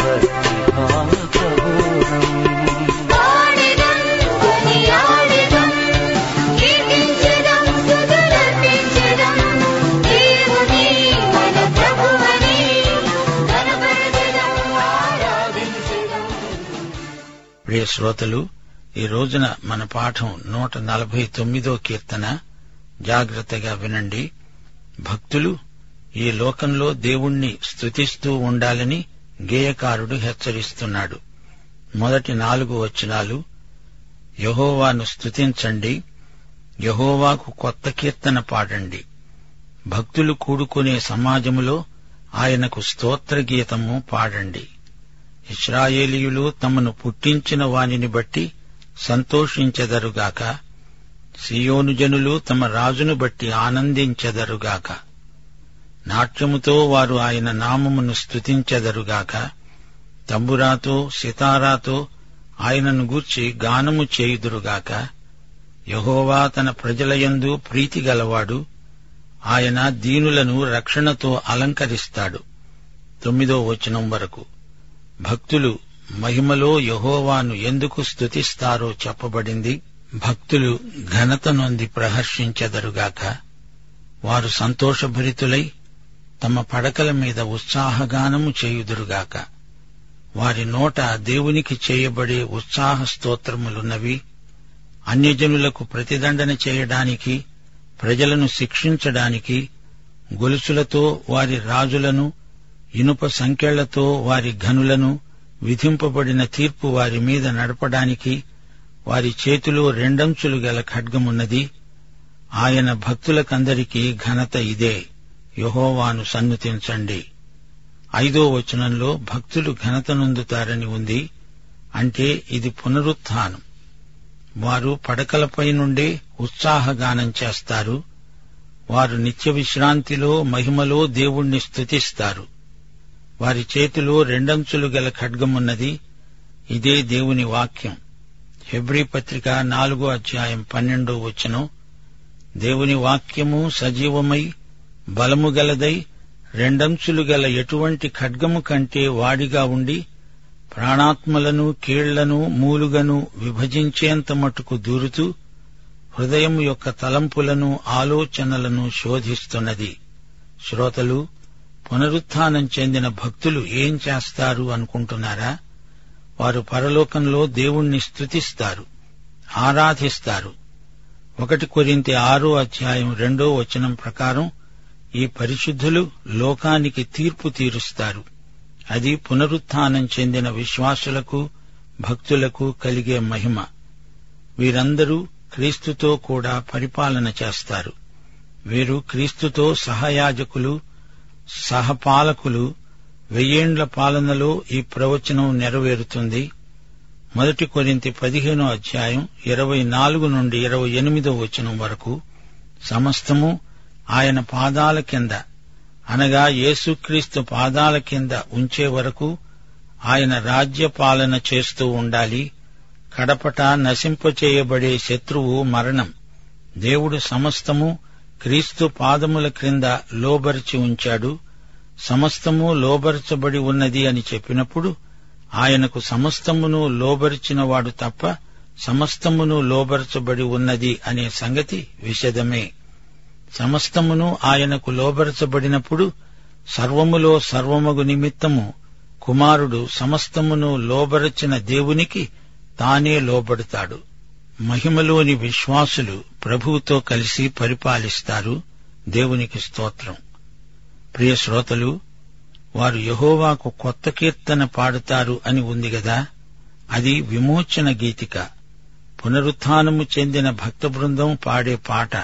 భక్తిభావబోధం ప్రియ శ్రోతలు ఈ రోజున మన పాఠం నూట నలభై తొమ్మిదో కీర్తన జాగ్రత్తగా వినండి భక్తులు ఈ లోకంలో దేవుణ్ణి స్తుతిస్తూ ఉండాలని గేయకారుడు హెచ్చరిస్తున్నాడు మొదటి నాలుగు వచనాలు యహోవాను స్తుతించండి యహోవాకు కొత్త కీర్తన పాడండి భక్తులు కూడుకునే సమాజములో ఆయనకు స్తోత్ర గీతము పాడండి ఇస్రాయేలీయులు తమను పుట్టించిన వానిని బట్టి సంతోషించెదరుగాక సియోను జనులు తమ రాజును బట్టి ఆనందించెదరుగాక నాట్యముతో వారు ఆయన నామమును స్తుతించెదరుగాక తంబురాతో సితారాతో ఆయనను గూర్చి గానము చేయుదురుగాక యహోవా తన ప్రజలయందు ప్రీతి గలవాడు ఆయన దీనులను రక్షణతో అలంకరిస్తాడు తొమ్మిదో వచనం వరకు భక్తులు మహిమలో యహోవాను ఎందుకు స్తుతిస్తారో చెప్పబడింది భక్తులు ఘనత నొంది ప్రహర్షించెదరుగాక వారు సంతోషభరితులై తమ పడకల మీద ఉత్సాహగానము చేయుదురుగాక వారి నోట దేవునికి చేయబడే ఉత్సాహ స్తోత్రములున్నవి అన్యజనులకు ప్రతిదండన చేయడానికి ప్రజలను శిక్షించడానికి గొలుసులతో వారి రాజులను ఇనుప సంకెళ్లతో వారి ఘనులను విధింపబడిన తీర్పు వారి మీద నడపడానికి వారి చేతిలో రెండంచులు గల ఖడ్గమున్నది ఆయన భక్తులకందరికీ ఘనత ఇదే యహోవాను సన్నుతించండి ఐదో వచనంలో భక్తులు ఘనత నొందుతారని ఉంది అంటే ఇది పునరుత్థానం వారు పడకలపై నుండే ఉత్సాహగానం చేస్తారు వారు నిత్య విశ్రాంతిలో మహిమలో దేవుణ్ణి స్తుతిస్తారు వారి చేతిలో రెండంచులు గల ఖడ్గమున్నది ఇదే దేవుని వాక్యం హెబ్రీ పత్రిక నాలుగో అధ్యాయం పన్నెండో వచనం దేవుని వాక్యము సజీవమై బలము గలదై రెండంచులు గల ఎటువంటి ఖడ్గము కంటే వాడిగా ఉండి ప్రాణాత్మలను కీళ్లను మూలుగను విభజించేంత మటుకు దూరుతూ హృదయం యొక్క తలంపులను ఆలోచనలను శోధిస్తున్నది శ్రోతలు పునరుత్థానం చెందిన భక్తులు ఏం చేస్తారు అనుకుంటున్నారా వారు పరలోకంలో దేవుణ్ణి స్తుతిస్తారు ఆరాధిస్తారు ఒకటి కొరింతి ఆరో అధ్యాయం రెండో వచనం ప్రకారం ఈ పరిశుద్ధులు లోకానికి తీర్పు తీరుస్తారు అది పునరుత్థానం చెందిన విశ్వాసులకు భక్తులకు కలిగే మహిమ వీరందరూ క్రీస్తుతో కూడా పరిపాలన చేస్తారు వీరు క్రీస్తుతో సహయాజకులు సహపాలకులు వెయ్యేండ్ల పాలనలో ఈ ప్రవచనం నెరవేరుతుంది మొదటి కొరింతి పదిహేనో అధ్యాయం ఇరవై నాలుగు నుండి ఇరవై ఎనిమిదో వచనం వరకు సమస్తము ఆయన పాదాల కింద అనగా యేసుక్రీస్తు పాదాల కింద ఉంచే వరకు ఆయన రాజ్య పాలన చేస్తూ ఉండాలి కడపట నశింపచేయబడే శత్రువు మరణం దేవుడు సమస్తము క్రీస్తు పాదముల క్రింద లోబరిచి ఉంచాడు సమస్తము లోబరచబడి ఉన్నది అని చెప్పినప్పుడు ఆయనకు సమస్తమును లోబరిచినవాడు తప్ప సమస్తమును లోబరచబడి ఉన్నది అనే సంగతి విషదమే సమస్తమును ఆయనకు లోబరచబడినప్పుడు సర్వములో సర్వమగు నిమిత్తము కుమారుడు సమస్తమును లోబరచిన దేవునికి తానే లోబడతాడు మహిమలోని విశ్వాసులు ప్రభువుతో కలిసి పరిపాలిస్తారు దేవునికి స్తోత్రం ప్రియ శ్రోతలు వారు యహోవాకు కొత్త కీర్తన పాడుతారు అని ఉంది గదా అది విమోచన గీతిక పునరుత్థానము చెందిన భక్త బృందం పాడే పాట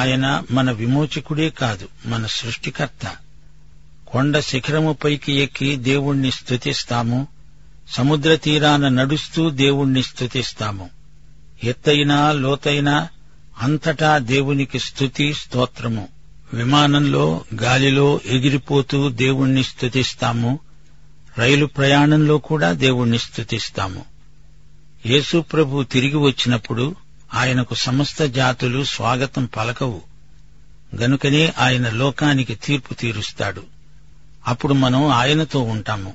ఆయన మన విమోచకుడే కాదు మన సృష్టికర్త కొండ శిఖరముపైకి ఎక్కి దేవుణ్ణి స్తుతిస్తాము సముద్ర తీరాన నడుస్తూ దేవుణ్ణి స్తుతిస్తాము ఎత్తైనా లోతైనా అంతటా దేవునికి స్తుతి స్తోత్రము విమానంలో గాలిలో ఎగిరిపోతూ దేవుణ్ణి స్తుతిస్తాము రైలు ప్రయాణంలో కూడా దేవుణ్ణి స్తుతిస్తాము యేసు ప్రభు తిరిగి వచ్చినప్పుడు ఆయనకు సమస్త జాతులు స్వాగతం పలకవు గనుకనే ఆయన లోకానికి తీర్పు తీరుస్తాడు అప్పుడు మనం ఆయనతో ఉంటాము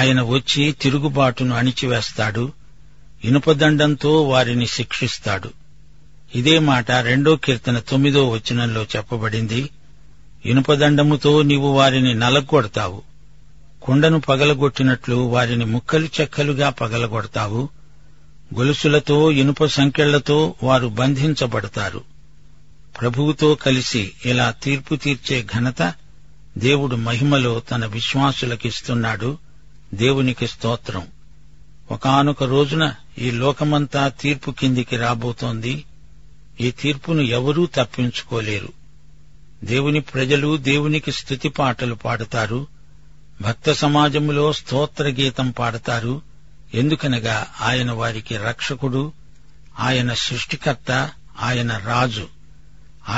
ఆయన వచ్చి తిరుగుబాటును అణిచివేస్తాడు ఇనుపదండంతో వారిని శిక్షిస్తాడు ఇదే మాట రెండో కీర్తన తొమ్మిదో వచనంలో చెప్పబడింది ఇనుపదండముతో నీవు వారిని నలగొడతావు కుండను పగలగొట్టినట్లు వారిని ముక్కలు చెక్కలుగా పగలగొడతావు గొలుసులతో ఇనుప సంకెళ్లతో వారు బంధించబడతారు ప్రభువుతో కలిసి ఇలా తీర్పు తీర్చే ఘనత దేవుడు మహిమలో తన విశ్వాసులకిస్తున్నాడు దేవునికి స్తోత్రం ఒకానొక రోజున ఈ లోకమంతా తీర్పు కిందికి రాబోతోంది ఈ తీర్పును ఎవరూ తప్పించుకోలేరు దేవుని ప్రజలు దేవునికి స్తుతి పాటలు పాడతారు భక్త సమాజములో స్తోత్ర గీతం పాడతారు ఎందుకనగా ఆయన వారికి రక్షకుడు ఆయన సృష్టికర్త ఆయన రాజు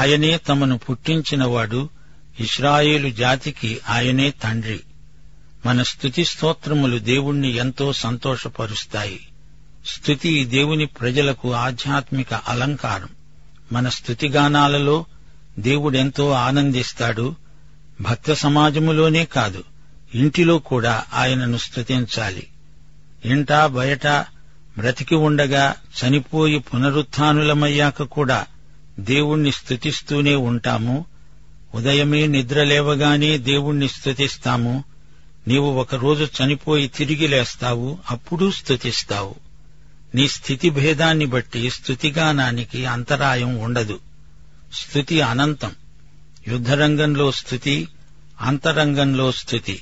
ఆయనే తమను పుట్టించినవాడు ఇస్రాయేలు జాతికి ఆయనే తండ్రి మన స్తుతి స్తోత్రములు దేవుణ్ణి ఎంతో సంతోషపరుస్తాయి స్తుతి దేవుని ప్రజలకు ఆధ్యాత్మిక అలంకారం మన స్తుతిగానాలలో దేవుడెంతో ఆనందిస్తాడు భక్త సమాజములోనే కాదు ఇంటిలో కూడా ఆయనను స్తుతించాలి ఇంటా బయట బ్రతికి ఉండగా చనిపోయి పునరుత్నులమయ్యాక కూడా దేవుణ్ణి స్తుతిస్తూనే ఉంటాము ఉదయమే నిద్ర లేవగానే దేవుణ్ణి స్తుతిస్తాము నీవు ఒకరోజు చనిపోయి తిరిగి లేస్తావు అప్పుడు స్తుతిస్తావు నీ స్థితి భేదాన్ని బట్టి స్థుతిగానానికి అంతరాయం ఉండదు స్థుతి అనంతం యుద్ధరంగంలో స్థుతి అంతరంగంలో స్థుతి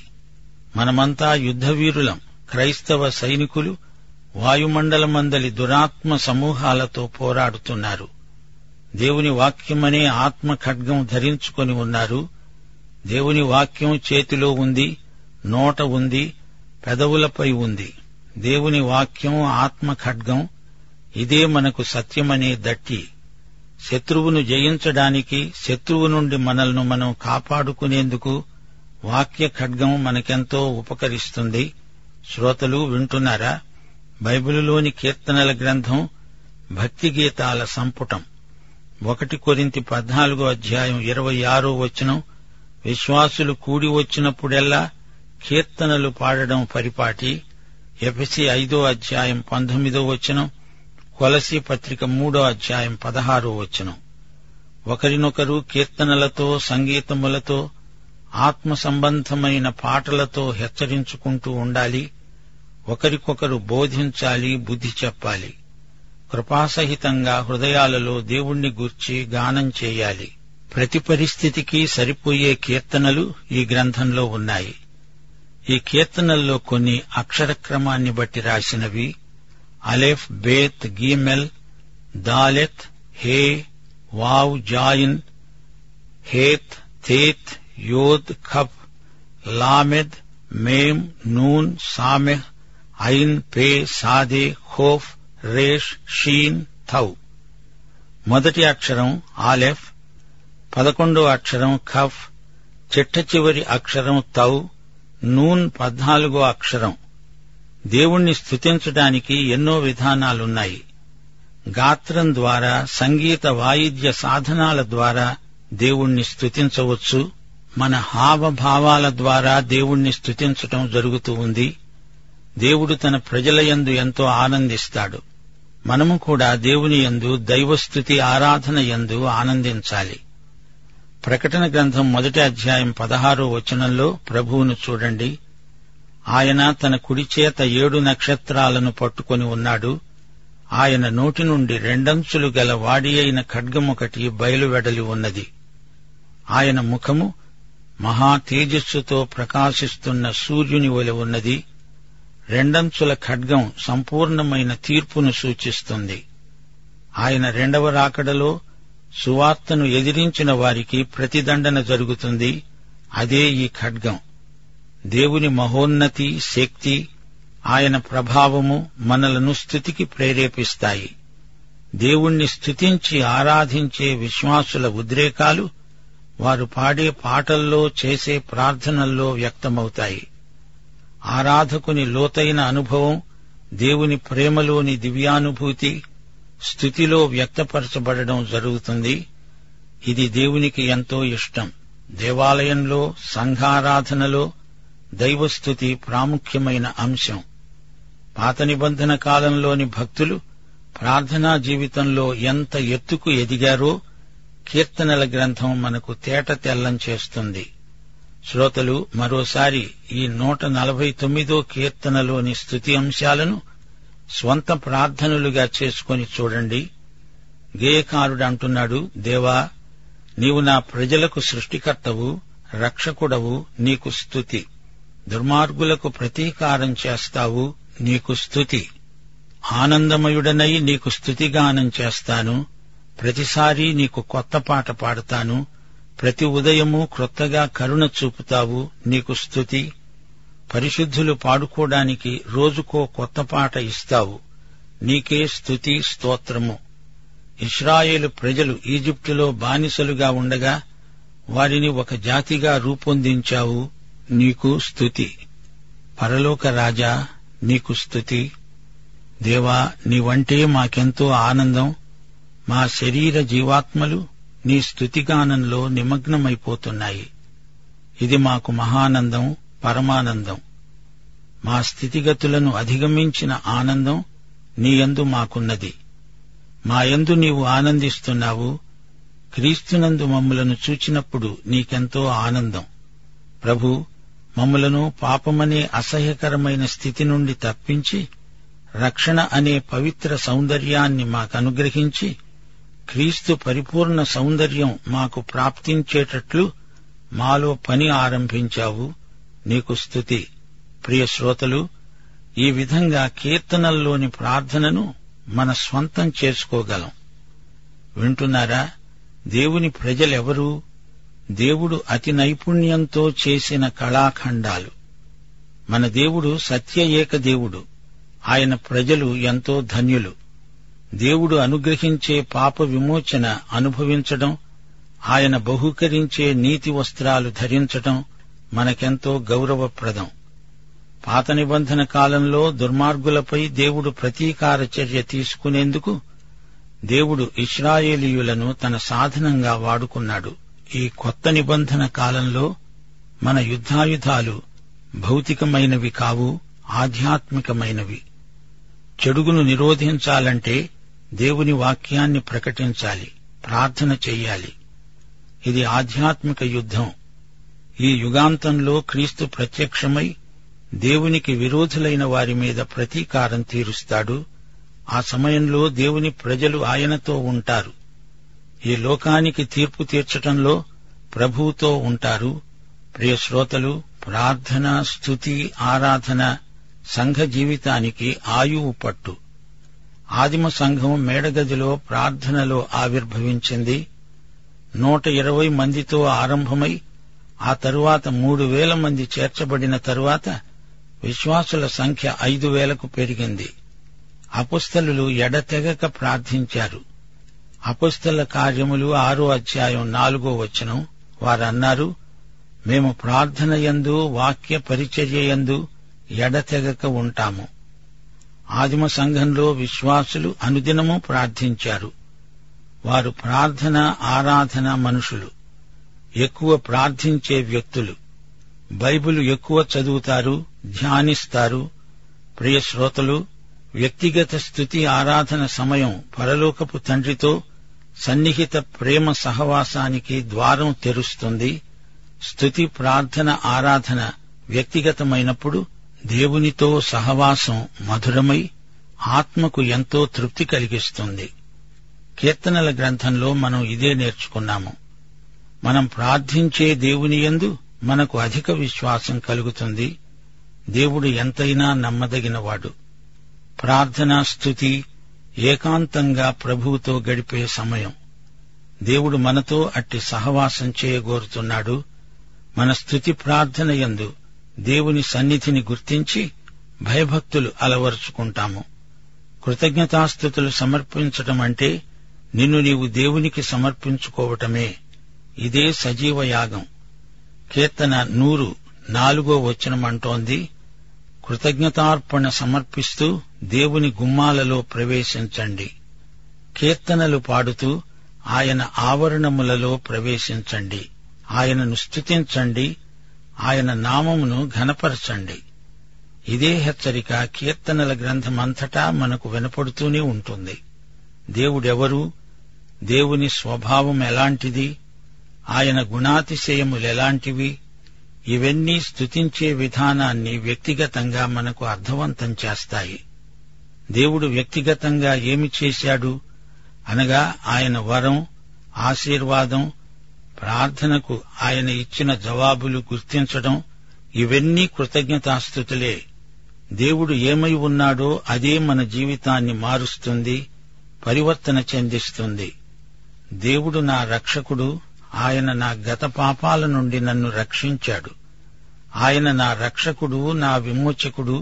మనమంతా యుద్ధవీరులం క్రైస్తవ సైనికులు వాయుమండలమందలి దురాత్మ సమూహాలతో పోరాడుతున్నారు దేవుని వాక్యమనే ఆత్మ ఖడ్గం ధరించుకొని ఉన్నారు దేవుని వాక్యం చేతిలో ఉంది నోట ఉంది పెదవులపై ఉంది దేవుని వాక్యం ఆత్మ ఖడ్గం ఇదే మనకు సత్యమనే దట్టి శత్రువును జయించడానికి శత్రువు నుండి మనల్ని మనం కాపాడుకునేందుకు వాక్య ఖడ్గం మనకెంతో ఉపకరిస్తుంది శ్రోతలు వింటున్నారా బైబిలులోని కీర్తనల గ్రంథం భక్తి గీతాల సంపుటం ఒకటి కొరింతి పద్నాలుగో అధ్యాయం ఇరవై ఆరో వచనం విశ్వాసులు కూడి వచ్చినప్పుడెల్లా కీర్తనలు పాడడం పరిపాటి ఎఫ్సి ఐదో అధ్యాయం పంతొమ్మిదో వచనం కొలసి పత్రిక మూడో అధ్యాయం పదహారో వచనం ఒకరినొకరు కీర్తనలతో సంగీతములతో ఆత్మ సంబంధమైన పాటలతో హెచ్చరించుకుంటూ ఉండాలి ఒకరికొకరు బోధించాలి బుద్ధి చెప్పాలి కృపాసహితంగా హృదయాలలో దేవుణ్ణి గూర్చి గానం చేయాలి ప్రతి పరిస్థితికి సరిపోయే కీర్తనలు ఈ గ్రంథంలో ఉన్నాయి ఈ కీర్తనల్లో కొన్ని అక్షర క్రమాన్ని బట్టి రాసినవి అలెఫ్ బేత్ గీమెల్ దాలెత్ హే వావ్ జాయిన్ హేత్ తేత్ యోద్ ఖప్ లామెద్ మేమ్ నూన్ సామెహ్ ఐన్ పే సాదే ఖోఫ్ రేష్ షీన్ థౌ మొదటి అక్షరం ఆలెఫ్ పదకొండో అక్షరం ఖఫ్ చిట్ట చివరి అక్షరం తౌ నూన్ పద్నాలుగో అక్షరం దేవుణ్ణి స్తుతించడానికి ఎన్నో విధానాలున్నాయి గాత్రం ద్వారా సంగీత వాయిద్య సాధనాల ద్వారా దేవుణ్ణి స్తుతించవచ్చు మన హావభావాల ద్వారా దేవుణ్ణి స్తుతించటం జరుగుతూ ఉంది దేవుడు తన ప్రజల యందు ఎంతో ఆనందిస్తాడు మనము కూడా దేవుని యందు దైవస్థుతి ఆరాధన యందు ఆనందించాలి ప్రకటన గ్రంథం మొదటి అధ్యాయం పదహారో వచనంలో ప్రభువును చూడండి ఆయన తన కుడి చేత ఏడు నక్షత్రాలను పట్టుకొని ఉన్నాడు ఆయన నోటి నుండి రెండంచులు గల వాడి అయిన ఖడ్గమొకటి బయలువెడలి ఉన్నది ఆయన ముఖము మహా తేజస్సుతో ప్రకాశిస్తున్న సూర్యుని వలె ఉన్నది రెండంచుల ఖడ్గం సంపూర్ణమైన తీర్పును సూచిస్తుంది ఆయన రెండవ రాకడలో సువార్తను ఎదిరించిన వారికి ప్రతిదండన జరుగుతుంది అదే ఈ ఖడ్గం దేవుని మహోన్నతి శక్తి ఆయన ప్రభావము మనలను స్థుతికి ప్రేరేపిస్తాయి దేవుణ్ణి స్థుతించి ఆరాధించే విశ్వాసుల ఉద్రేకాలు వారు పాడే పాటల్లో చేసే ప్రార్థనల్లో వ్యక్తమవుతాయి ఆరాధకుని లోతైన అనుభవం దేవుని ప్రేమలోని దివ్యానుభూతి స్థుతిలో వ్యక్తపరచబడడం జరుగుతుంది ఇది దేవునికి ఎంతో ఇష్టం దేవాలయంలో సంఘారాధనలో దైవస్థుతి ప్రాముఖ్యమైన అంశం పాత నిబంధన కాలంలోని భక్తులు ప్రార్థనా జీవితంలో ఎంత ఎత్తుకు ఎదిగారో కీర్తనల గ్రంథం మనకు తేట తెల్లం చేస్తుంది శ్రోతలు మరోసారి ఈ నూట నలభై తొమ్మిదో కీర్తనలోని స్థుతి అంశాలను స్వంత ప్రార్థనలుగా చేసుకొని చూడండి గేయకారుడు అంటున్నాడు దేవా నీవు నా ప్రజలకు సృష్టికర్తవు రక్షకుడవు నీకు స్తుతి దుర్మార్గులకు ప్రతీకారం చేస్తావు నీకు స్తుతి ఆనందమయుడనై నీకు స్తుతిగానం చేస్తాను ప్రతిసారి నీకు కొత్త పాట పాడతాను ప్రతి ఉదయము క్రొత్తగా కరుణ చూపుతావు నీకు స్తుతి పరిశుద్ధులు పాడుకోవడానికి రోజుకో కొత్త పాట ఇస్తావు నీకే స్తుతి స్తోత్రము ఇస్రాయేలు ప్రజలు ఈజిప్టులో బానిసలుగా ఉండగా వారిని ఒక జాతిగా రూపొందించావు నీకు స్తుతి పరలోక రాజా నీకు స్తుతి దేవా నీవంటే మాకెంతో ఆనందం మా శరీర జీవాత్మలు నీ స్తుతిగానంలో నిమగ్నమైపోతున్నాయి ఇది మాకు మహానందం పరమానందం మా స్థితిగతులను అధిగమించిన ఆనందం నీయందు మాకున్నది మాయందు నీవు ఆనందిస్తున్నావు క్రీస్తునందు మమ్ములను చూచినప్పుడు నీకెంతో ఆనందం ప్రభు మమ్ములను పాపమనే అసహ్యకరమైన స్థితి నుండి తప్పించి రక్షణ అనే పవిత్ర సౌందర్యాన్ని మాకనుగ్రహించి క్రీస్తు పరిపూర్ణ సౌందర్యం మాకు ప్రాప్తించేటట్లు మాలో పని ఆరంభించావు నీకు స్తుతి ప్రియ శ్రోతలు ఈ విధంగా కీర్తనల్లోని ప్రార్థనను మన స్వంతం చేసుకోగలం వింటున్నారా దేవుని ప్రజలెవరు దేవుడు అతి నైపుణ్యంతో చేసిన కళాఖండాలు మన దేవుడు సత్య ఏక దేవుడు ఆయన ప్రజలు ఎంతో ధన్యులు దేవుడు అనుగ్రహించే పాప విమోచన అనుభవించడం ఆయన బహుకరించే నీతి వస్త్రాలు ధరించడం మనకెంతో గౌరవప్రదం పాత నిబంధన కాలంలో దుర్మార్గులపై దేవుడు ప్రతీకార చర్య తీసుకునేందుకు దేవుడు ఇస్రాయేలీయులను తన సాధనంగా వాడుకున్నాడు ఈ కొత్త నిబంధన కాలంలో మన యుద్ధాయుధాలు భౌతికమైనవి కావు ఆధ్యాత్మికమైనవి చెడుగును నిరోధించాలంటే దేవుని వాక్యాన్ని ప్రకటించాలి ప్రార్థన చెయ్యాలి ఇది ఆధ్యాత్మిక యుద్ధం ఈ యుగాంతంలో క్రీస్తు ప్రత్యక్షమై దేవునికి విరోధులైన వారి మీద ప్రతీకారం తీరుస్తాడు ఆ సమయంలో దేవుని ప్రజలు ఆయనతో ఉంటారు ఈ లోకానికి తీర్పు తీర్చటంలో ప్రభువుతో ఉంటారు ప్రియ శ్రోతలు ప్రార్థన స్థుతి ఆరాధన సంఘ జీవితానికి ఆయువు పట్టు ఆదిమ సంఘం మేడగదిలో ప్రార్థనలో ఆవిర్భవించింది నూట ఇరవై మందితో ఆరంభమై ఆ తరువాత మూడు వేల మంది చేర్చబడిన తరువాత విశ్వాసుల సంఖ్య ఐదు వేలకు పెరిగింది అపుస్తలు ఎడతెగక ప్రార్థించారు అపుస్తల కార్యములు ఆరో అధ్యాయం నాలుగో వచనం వారన్నారు మేము ప్రార్థన యందు వాక్య పరిచర్య యందు ఎడతెగక ఉంటాము ఆదిమ సంఘంలో విశ్వాసులు అనుదినము ప్రార్థించారు వారు ప్రార్థన ఆరాధన మనుషులు ఎక్కువ ప్రార్థించే వ్యక్తులు బైబిల్ ఎక్కువ చదువుతారు ధ్యానిస్తారు ప్రియ శ్రోతలు వ్యక్తిగత స్థుతి ఆరాధన సమయం పరలోకపు తండ్రితో సన్నిహిత ప్రేమ సహవాసానికి ద్వారం తెరుస్తుంది స్థుతి ప్రార్థన ఆరాధన వ్యక్తిగతమైనప్పుడు దేవునితో సహవాసం మధురమై ఆత్మకు ఎంతో తృప్తి కలిగిస్తుంది కీర్తనల గ్రంథంలో మనం ఇదే నేర్చుకున్నాము మనం ప్రార్థించే దేవుని యందు మనకు అధిక విశ్వాసం కలుగుతుంది దేవుడు ఎంతైనా నమ్మదగినవాడు ప్రార్థనా స్థుతి ఏకాంతంగా ప్రభువుతో గడిపే సమయం దేవుడు మనతో అట్టి సహవాసం చేయగోరుతున్నాడు మన స్థుతి ప్రార్థన యందు దేవుని సన్నిధిని గుర్తించి భయభక్తులు అలవరుచుకుంటాము కృతజ్ఞతాస్థుతులు సమర్పించటం అంటే నిన్ను నీవు దేవునికి సమర్పించుకోవటమే ఇదే సజీవ యాగం కీర్తన నూరు నాలుగో వచనమంటోంది కృతజ్ఞతార్పణ సమర్పిస్తూ దేవుని గుమ్మాలలో ప్రవేశించండి కీర్తనలు పాడుతూ ఆయన ఆవరణములలో ప్రవేశించండి ఆయనను స్తుతించండి ఆయన నామమును ఘనపరచండి ఇదే హెచ్చరిక కీర్తనల గ్రంథమంతటా మనకు వినపడుతూనే ఉంటుంది దేవుడెవరు దేవుని స్వభావం ఎలాంటిది ఆయన గుణాతిశయములెలాంటివి ఇవన్నీ స్తుతించే విధానాన్ని వ్యక్తిగతంగా మనకు అర్థవంతం చేస్తాయి దేవుడు వ్యక్తిగతంగా ఏమి చేశాడు అనగా ఆయన వరం ఆశీర్వాదం ప్రార్థనకు ఆయన ఇచ్చిన జవాబులు గుర్తించడం ఇవన్నీ కృతజ్ఞతాస్థుతులే దేవుడు ఏమై ఉన్నాడో అదే మన జీవితాన్ని మారుస్తుంది పరివర్తన చెందిస్తుంది దేవుడు నా రక్షకుడు ఆయన నా గత పాపాల నుండి నన్ను రక్షించాడు ఆయన నా రక్షకుడు నా విమోచకుడు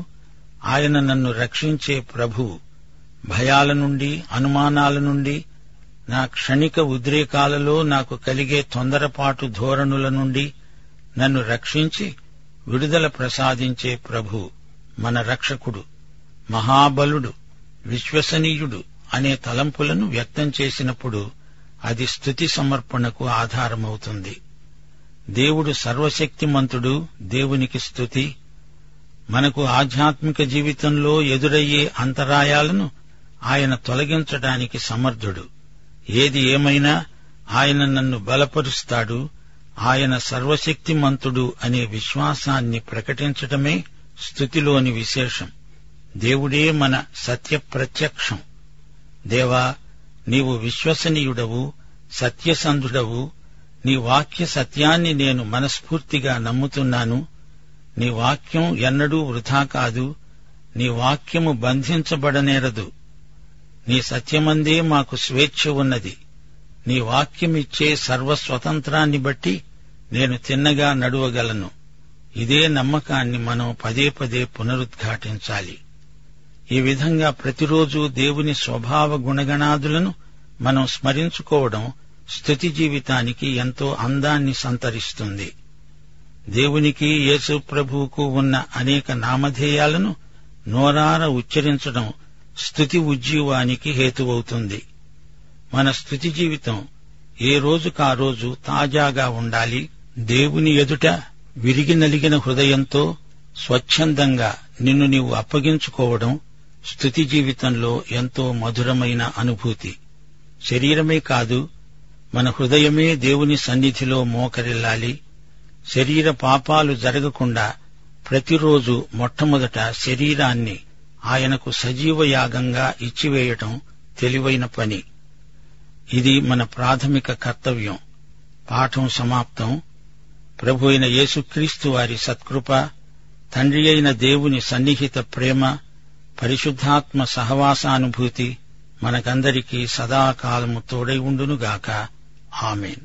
ఆయన నన్ను రక్షించే ప్రభువు భయాల నుండి అనుమానాల నుండి నా క్షణిక ఉద్రేకాలలో నాకు కలిగే తొందరపాటు ధోరణుల నుండి నన్ను రక్షించి విడుదల ప్రసాదించే ప్రభు మన రక్షకుడు మహాబలుడు విశ్వసనీయుడు అనే తలంపులను వ్యక్తం చేసినప్పుడు అది స్థుతి సమర్పణకు ఆధారమవుతుంది దేవుడు సర్వశక్తిమంతుడు దేవునికి స్థుతి మనకు ఆధ్యాత్మిక జీవితంలో ఎదురయ్యే అంతరాయాలను ఆయన తొలగించడానికి సమర్థుడు ఏది ఏమైనా ఆయన నన్ను బలపరుస్తాడు ఆయన సర్వశక్తిమంతుడు అనే విశ్వాసాన్ని ప్రకటించటమే స్థుతిలోని విశేషం దేవుడే మన సత్యప్రత్యక్షం దేవా నీవు విశ్వసనీయుడవు సత్యసంధుడవు నీ వాక్య సత్యాన్ని నేను మనస్ఫూర్తిగా నమ్ముతున్నాను నీ వాక్యం ఎన్నడూ వృథా కాదు నీ వాక్యము బంధించబడనేరదు నీ సత్యమందే మాకు స్వేచ్ఛ ఉన్నది నీ వాక్యమిచ్చే సర్వస్వతంత్రాన్ని బట్టి నేను తిన్నగా నడువగలను ఇదే నమ్మకాన్ని మనం పదే పదే పునరుద్ఘాటించాలి ఈ విధంగా ప్రతిరోజు దేవుని స్వభావ గుణగణాదులను మనం స్మరించుకోవడం స్థుతి జీవితానికి ఎంతో అందాన్ని సంతరిస్తుంది దేవునికి యేసు ప్రభువుకు ఉన్న అనేక నామధేయాలను నోరార ఉచ్చరించడం స్థుతి ఉజ్జీవానికి హేతువవుతుంది మన స్థుతి జీవితం ఏ రోజుకా రోజు తాజాగా ఉండాలి దేవుని ఎదుట విరిగి నలిగిన హృదయంతో స్వచ్ఛందంగా నిన్ను నీవు అప్పగించుకోవడం స్థుతి జీవితంలో ఎంతో మధురమైన అనుభూతి శరీరమే కాదు మన హృదయమే దేవుని సన్నిధిలో మోకరిల్లాలి శరీర పాపాలు జరగకుండా ప్రతిరోజు మొట్టమొదట శరీరాన్ని ఆయనకు సజీవ యాగంగా ఇచ్చివేయటం తెలివైన పని ఇది మన ప్రాథమిక కర్తవ్యం పాఠం సమాప్తం ప్రభు అయిన యేసుక్రీస్తు వారి సత్కృప తండ్రి అయిన దేవుని సన్నిహిత ప్రేమ పరిశుద్ధాత్మ సహవాసానుభూతి మనకందరికీ సదాకాలము తోడై ఉండునుగాక ఆమెన్